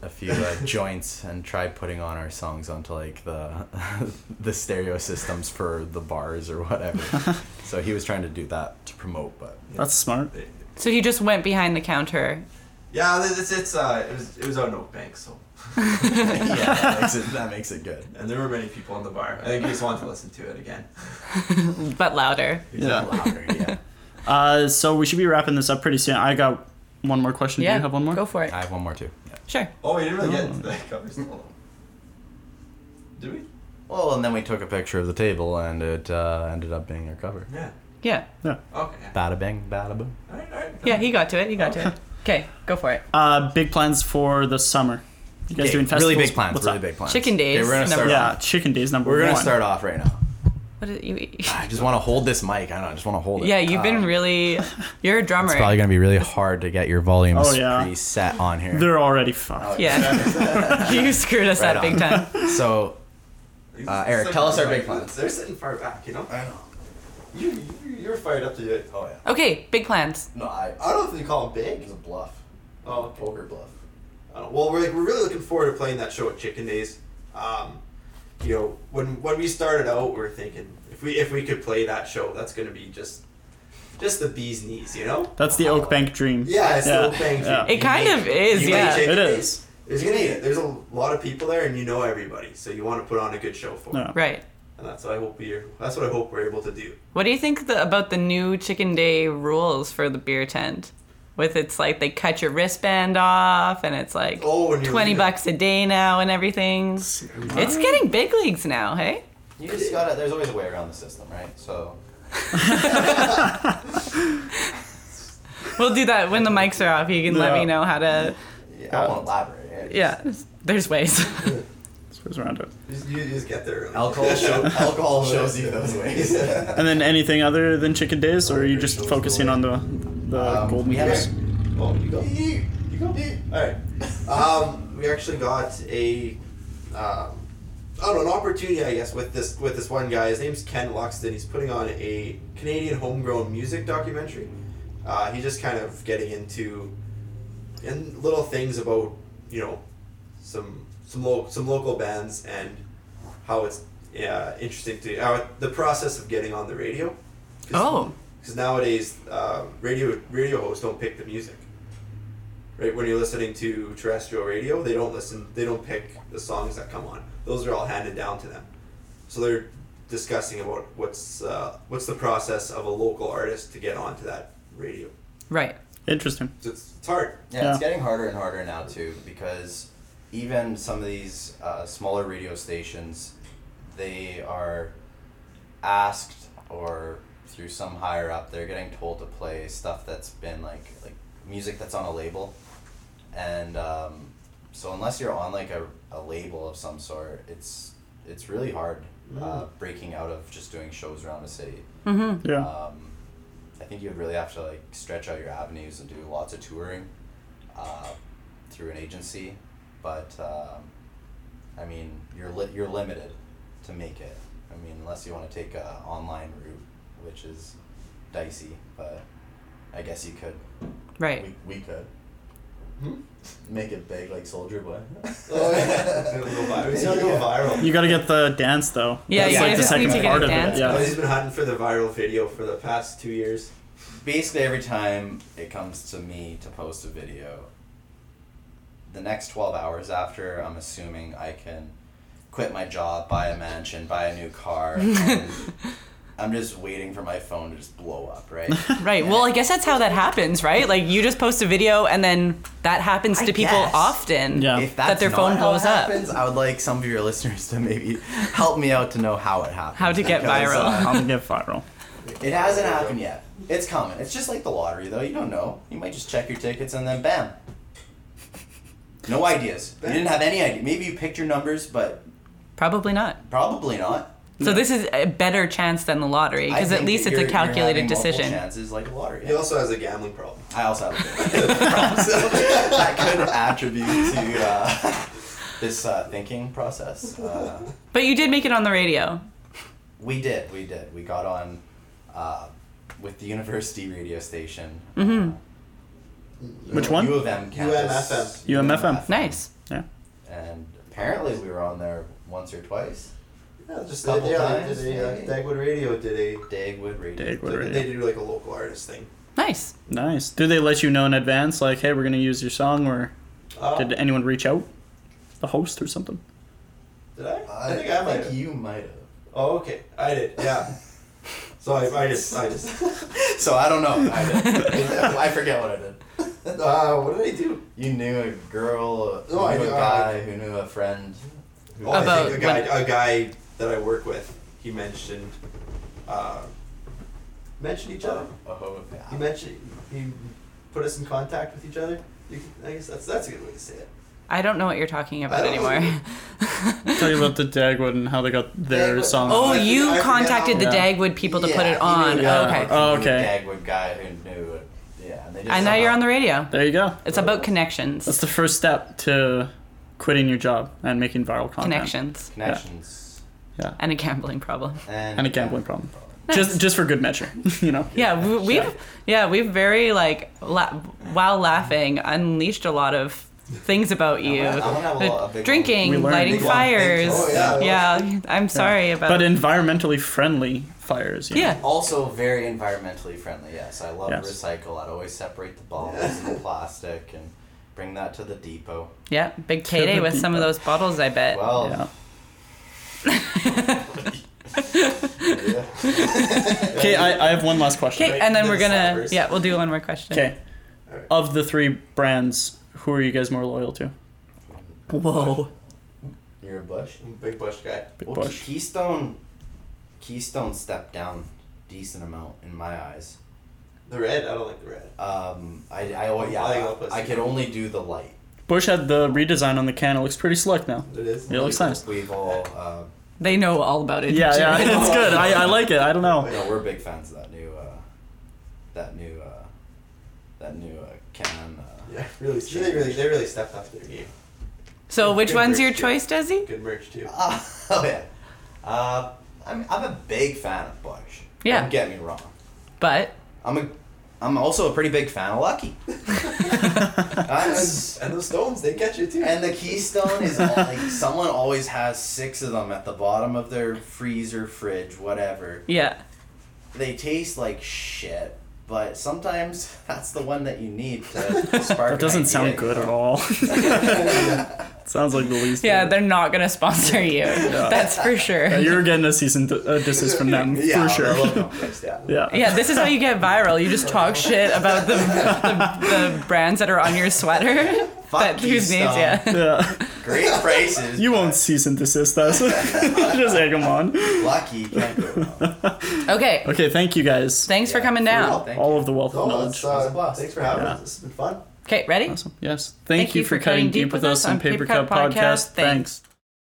C: a few uh, joints and tried putting on our songs onto like the the stereo systems for the bars or whatever so he was trying to do that to promote but
B: That's smart.
A: So he just went behind the counter.
E: Yeah, it's it's uh, it was it was on Oak Bank, so
C: yeah that makes it, that makes it good
E: and there were many people in the bar. I think he just wanted to listen to it again.
A: But louder.
B: Yeah.
C: louder yeah
B: Uh, so we should be wrapping this up pretty soon. I got one more question. Do
A: yeah.
B: you have one more?
A: Go for it.
C: I have one more too yeah.
A: Sure.
E: Oh, we didn't really get into the covers at all. Did we?
C: well and then we took a picture of the table and it uh, ended up being our cover
E: Yeah.
A: Yeah.
E: Okay. Yeah.
C: bada bing bada boom
E: All right. All right.
A: Yeah. He got to it. He got to it. Okay. Go for it.
B: Uh, big plans for the summer. You guys
C: Okay,
B: doing festivals?
C: really big plans
B: What's
C: really
B: up?
C: big plans
A: Chicken days,
C: okay, we're gonna
A: number
C: start
A: one.
B: Yeah,
C: off.
B: chicken days number
C: we're
B: one.
C: gonna start off right now
A: What did you? Eat?
C: I just want to hold this mic I don't know I just want to hold it
A: Yeah. You've
C: Um,
B: Uh,
A: been really. You're a drummer.
C: It's probably gonna be really hard to get your volumes
B: Oh, yeah.
C: preset on here.
B: They're already
C: Oh,
B: fucked.
A: yeah. you screwed us
C: Right
A: up big
C: on.
A: time.
C: so
E: These-
C: Uh,
E: these
C: Eric,
E: are
C: tell us our
E: like-
C: big plans.
E: They're sitting far back, you know.
C: I know.
E: You you you're fired up to do it.
C: Oh yeah.
A: Okay. Big plans.
C: No, I.
E: I don't know if you call it
C: It
E: big.
C: was a bluff.
E: Oh, okay.
C: Poker bluff.
E: Uh, well, we're, we're really looking forward to playing that show at Chicken Days. Um, you know, when when we started out, we were thinking if we if we could play that show, that's going to be just just the bee's knees, you know?
B: That's the Oak Bank dream.
E: Yeah, it's
B: Yeah,
E: the old thing.
B: yeah.
A: It kind of is, yeah.
B: It is.
E: There's gonna eat it. There's a lot of people there, and you know everybody, so you want to put on a good show for.
B: Yeah.
E: them.
A: Right.
E: And that's what I hope we're. That's what I hope we're able to do.
A: What do you think the, about the new Chicken Day rules for the beer tent? With it's like they cut your wristband off, and it's like
E: Oh, when
A: twenty
E: you're leaving.
A: bucks a day now, and everything. It's getting big leagues now, hey?
C: You just gotta. There's always a way around the system, right? So.
A: We'll do that when the mics are off. You can let
B: Yeah.
A: me know how to.
C: Yeah, I won't elaborate.
A: Yeah, there's ways.
B: This was around it.
E: You just, you just get there. Early.
C: Alcohol show, Alcohol shows you those ways.
B: And then anything other than chicken days, or are you just
C: Those
B: focusing on the the
C: Um,
B: golden
C: we have-
B: years?
E: Uh, Oh, you go.
C: You go.
E: All right. Um, we actually got a, um, I don't know, an opportunity, I guess, with this with this one guy. His name's Ken Luxton. He's putting on a Canadian homegrown music documentary. Uh, he's just kind of getting into, and little things about you know, some some lo- some local bands and how it's uh, interesting to how it, the process of getting on the radio. 'Cause- um,
A: Oh,
E: because nowadays uh, radio radio hosts don't pick the music, right when you're listening to terrestrial radio, they don't listen. They don't pick the songs that come on. Those are all handed down to them. So they're discussing about what's uh, what's the process of a local artist to get onto that radio.
A: Right.
B: Interesting.
E: So it's, it's hard.
C: Yeah,
B: Yeah.
C: it's getting harder and harder now too because even some of these uh, smaller radio stations, they are asked or through some higher up, they're getting told to play stuff that's been like like music that's on a label, and um, so unless you're on like a, a label of some sort, it's it's really hard uh, breaking out of just doing shows around the city.
A: Mm-hmm.
B: Yeah.
C: Um, I think you would really have to like stretch out your avenues and do lots of touring uh, through an agency, but um, I mean you're li- you're limited to make it. I mean unless you want to take a online route, which is dicey, but I guess you could.
A: Right.
C: We, we could.
E: Hmm?
C: Make it big like Soldier Boy.
E: Oh, It'll go viral. It's gonna go viral.
B: you gotta get the dance though.
A: Yeah,
B: That's
A: you
B: like
A: guys
B: the
A: just need to
B: second
A: get
B: part
A: a
B: of it.
A: dance
E: He's
B: Yeah.
E: been hunting for the viral video for the past two years.
C: basically every time it comes to me to post a video the next 12 hours after i'm assuming i can quit my job buy a mansion buy a new car and i'm just waiting for my phone to just blow up right
A: Right. Well, I guess that's how that happens, right? Like you just post a video and then that happens
C: I
A: to people
C: guess.
A: often.
B: Yeah.
C: if that's
A: That their
C: not
A: phone
C: how it
A: blows up.
C: happens, i would like some of your listeners to maybe help me out to know how it happens
A: How to get
C: because,
A: viral.
C: uh,
B: I'm gonna get viral.
C: It hasn't happened yet. It's coming. It's just like the lottery, though. You don't know. You might just check your tickets and then bam. No ideas. You didn't have any idea. Maybe you picked your numbers, but
A: Probably not.
C: probably not.
A: So this is a better chance than the lottery
C: I
A: because at
C: think
A: least
C: that
A: it's a
C: you're- you're
A: calculated
C: having multiple
A: decision.
C: Chances like a lottery.
E: He also has a gambling problem.
C: I also have a that could attribute to uh, this uh, thinking process. Uh,
A: But you did make it on the radio.
C: We did, we did. We got on uh, with the university radio station.
A: Mm-hmm.
C: Uh,
B: Which one?
C: U of M campus.
B: UMFM.
A: Nice.
B: Yeah.
C: And apparently we were on there once or twice.
E: Yeah, just
C: Couple
E: yeah, they
C: times,
E: did a, uh,
C: maybe.
E: Dagwood Radio did a.
C: Dagwood Radio.
B: Dagwood
E: Did
B: Radio.
E: They do like a local artist thing.
A: Nice.
B: Nice. Do they let you know in advance, like, hey, we're gonna use your song, or
E: Uh,
B: did anyone reach out, the host or something?
E: did I? I think I might. have.
C: you might
E: Oh, okay. I did. Yeah. so I, I just, I just.
C: have. So I don't know. I, did. I forget what I did.
E: Uh, what did I do?
C: You knew a girl, who
E: No, I
C: knew a
E: knew- uh,
C: guy, who knew a friend. Who
E: Oh, I
A: About
E: think a guy, a guy that I work with, he mentioned, uh, mentioned each other.
C: a ho-
E: He mentioned he put us in contact with each other. You, can- I guess that's that's a good way to say it.
A: I don't know what you're talking about
C: Oh.
E: I don't-
A: anymore.
B: Tell you about the Dagwood and how they got their
C: Dagwood.
B: song.
A: oh,
E: I forget- I
A: you
E: forget
A: contacted the
B: how- Yeah.
A: Dagwood people to
C: Yeah,
A: put
C: he
A: it
C: knew
A: on.
C: a
B: Yeah.
A: Oh, okay.
B: Oh,
C: who knew
B: okay.
C: a Dagwood guy who knew it. Yeah, and they just
A: and now you're
C: somehow-
A: on the radio.
B: There you go.
A: It's about connections.
B: That's the first step to quitting your job and making viral content.
A: connections.
C: connections
B: Yeah.
A: And a gambling problem.
C: and,
B: And a gambling problem.
A: Nice.
B: Just just for good measure, you know.
A: Yeah, we, we've yeah we've very like la- while laughing unleashed a lot of things about you.
C: I'm gonna have a lot- a big
B: We
A: Drinking,
B: learned
A: lighting
B: big
C: one.
A: fires.
C: Oh,
E: yeah.
A: yeah, I'm sorry about.
B: But environmentally friendly fires. you know.
A: yeah,
C: Also very environmentally friendly. Yes, I love
B: Yes.
C: recycle. I'd always separate the bottles and the plastic and bring that to the depot.
A: yeah, big payday with some of
B: uh,
A: those bottles. I bet.
C: Well,
B: Yeah.
C: yeah.
B: Okay, I, I have one last question.
A: Okay, and then we're
E: Then
A: gonna
E: slappers.
A: yeah we'll do one more question.
B: Okay. Of the three brands, who are you guys more loyal to? Whoa.
C: you're a bush.
E: I'm a big bush guy.
B: Big
C: Well,
B: Bush.
C: Keystone, Keystone stepped down decent amount in my eyes.
E: The red, I don't like the red.
C: Um, I I always, yeah,
E: I think
C: I,
E: I'll put
C: I could
E: Keystone.
C: only do the light.
B: Bush had the redesign on the can. It looks pretty slick now.
E: It is.
B: It looks nice.
C: We've all, uh,
A: They know all about it.
B: Yeah, yeah, it's good. I, I like it. I don't
C: you
B: know.
C: know, we're big fans of that new, uh, that new, uh, that new uh, Canon. Uh,
E: Yeah, really. They really, they really stepped up their game.
A: So which
E: Good
A: one's your
E: merch, yeah.
A: choice, Desi?
E: Good merch too.
C: Ah, oh yeah. Uh, I'm I'm a big fan of Bush.
A: Yeah.
C: Don't get me wrong.
A: But
C: I'm a I'm also a pretty big fan of Lucky. I'm s-
E: And those stones, they catch you too.
C: and the Keystone is all- like someone always has six of them at the bottom of their freezer, fridge, whatever.
A: yeah,
C: They taste like shit, but sometimes that's the one that you need to spark.
B: That doesn't sound good at all. Sounds like the least.
A: Yeah,
B: favorite.
A: they're not gonna sponsor you. That's for sure.
B: Yeah, you're getting a cease and d- uh, desist from them
C: yeah,
B: for sure.
C: they'll look nice, yeah.
B: Yeah.
A: Yeah, this is how you get viral. You just talk shit about the the, the brands that are on your sweater.
C: Fuck
A: that whose names?
C: Keystone.
A: Yeah.
B: Yeah.
C: Great prices.
B: You
C: but
B: won't cease and desist us. Just egg them on.
C: Lucky can't go wrong.
A: Okay.
B: Okay, thank you guys.
A: Thanks for
C: Yeah,
A: coming
C: for
A: down.
C: real. Thank
B: All
C: you.
B: of the wealth of
E: No, it's,
B: knowledge.
E: uh,
C: was a blast.
E: thanks for having
B: Yeah.
E: us. This has been fun.
A: Okay, ready?
B: Awesome. Yes. Thank, you, for cutting, deep with us on Paper Cup Podcast. Thanks.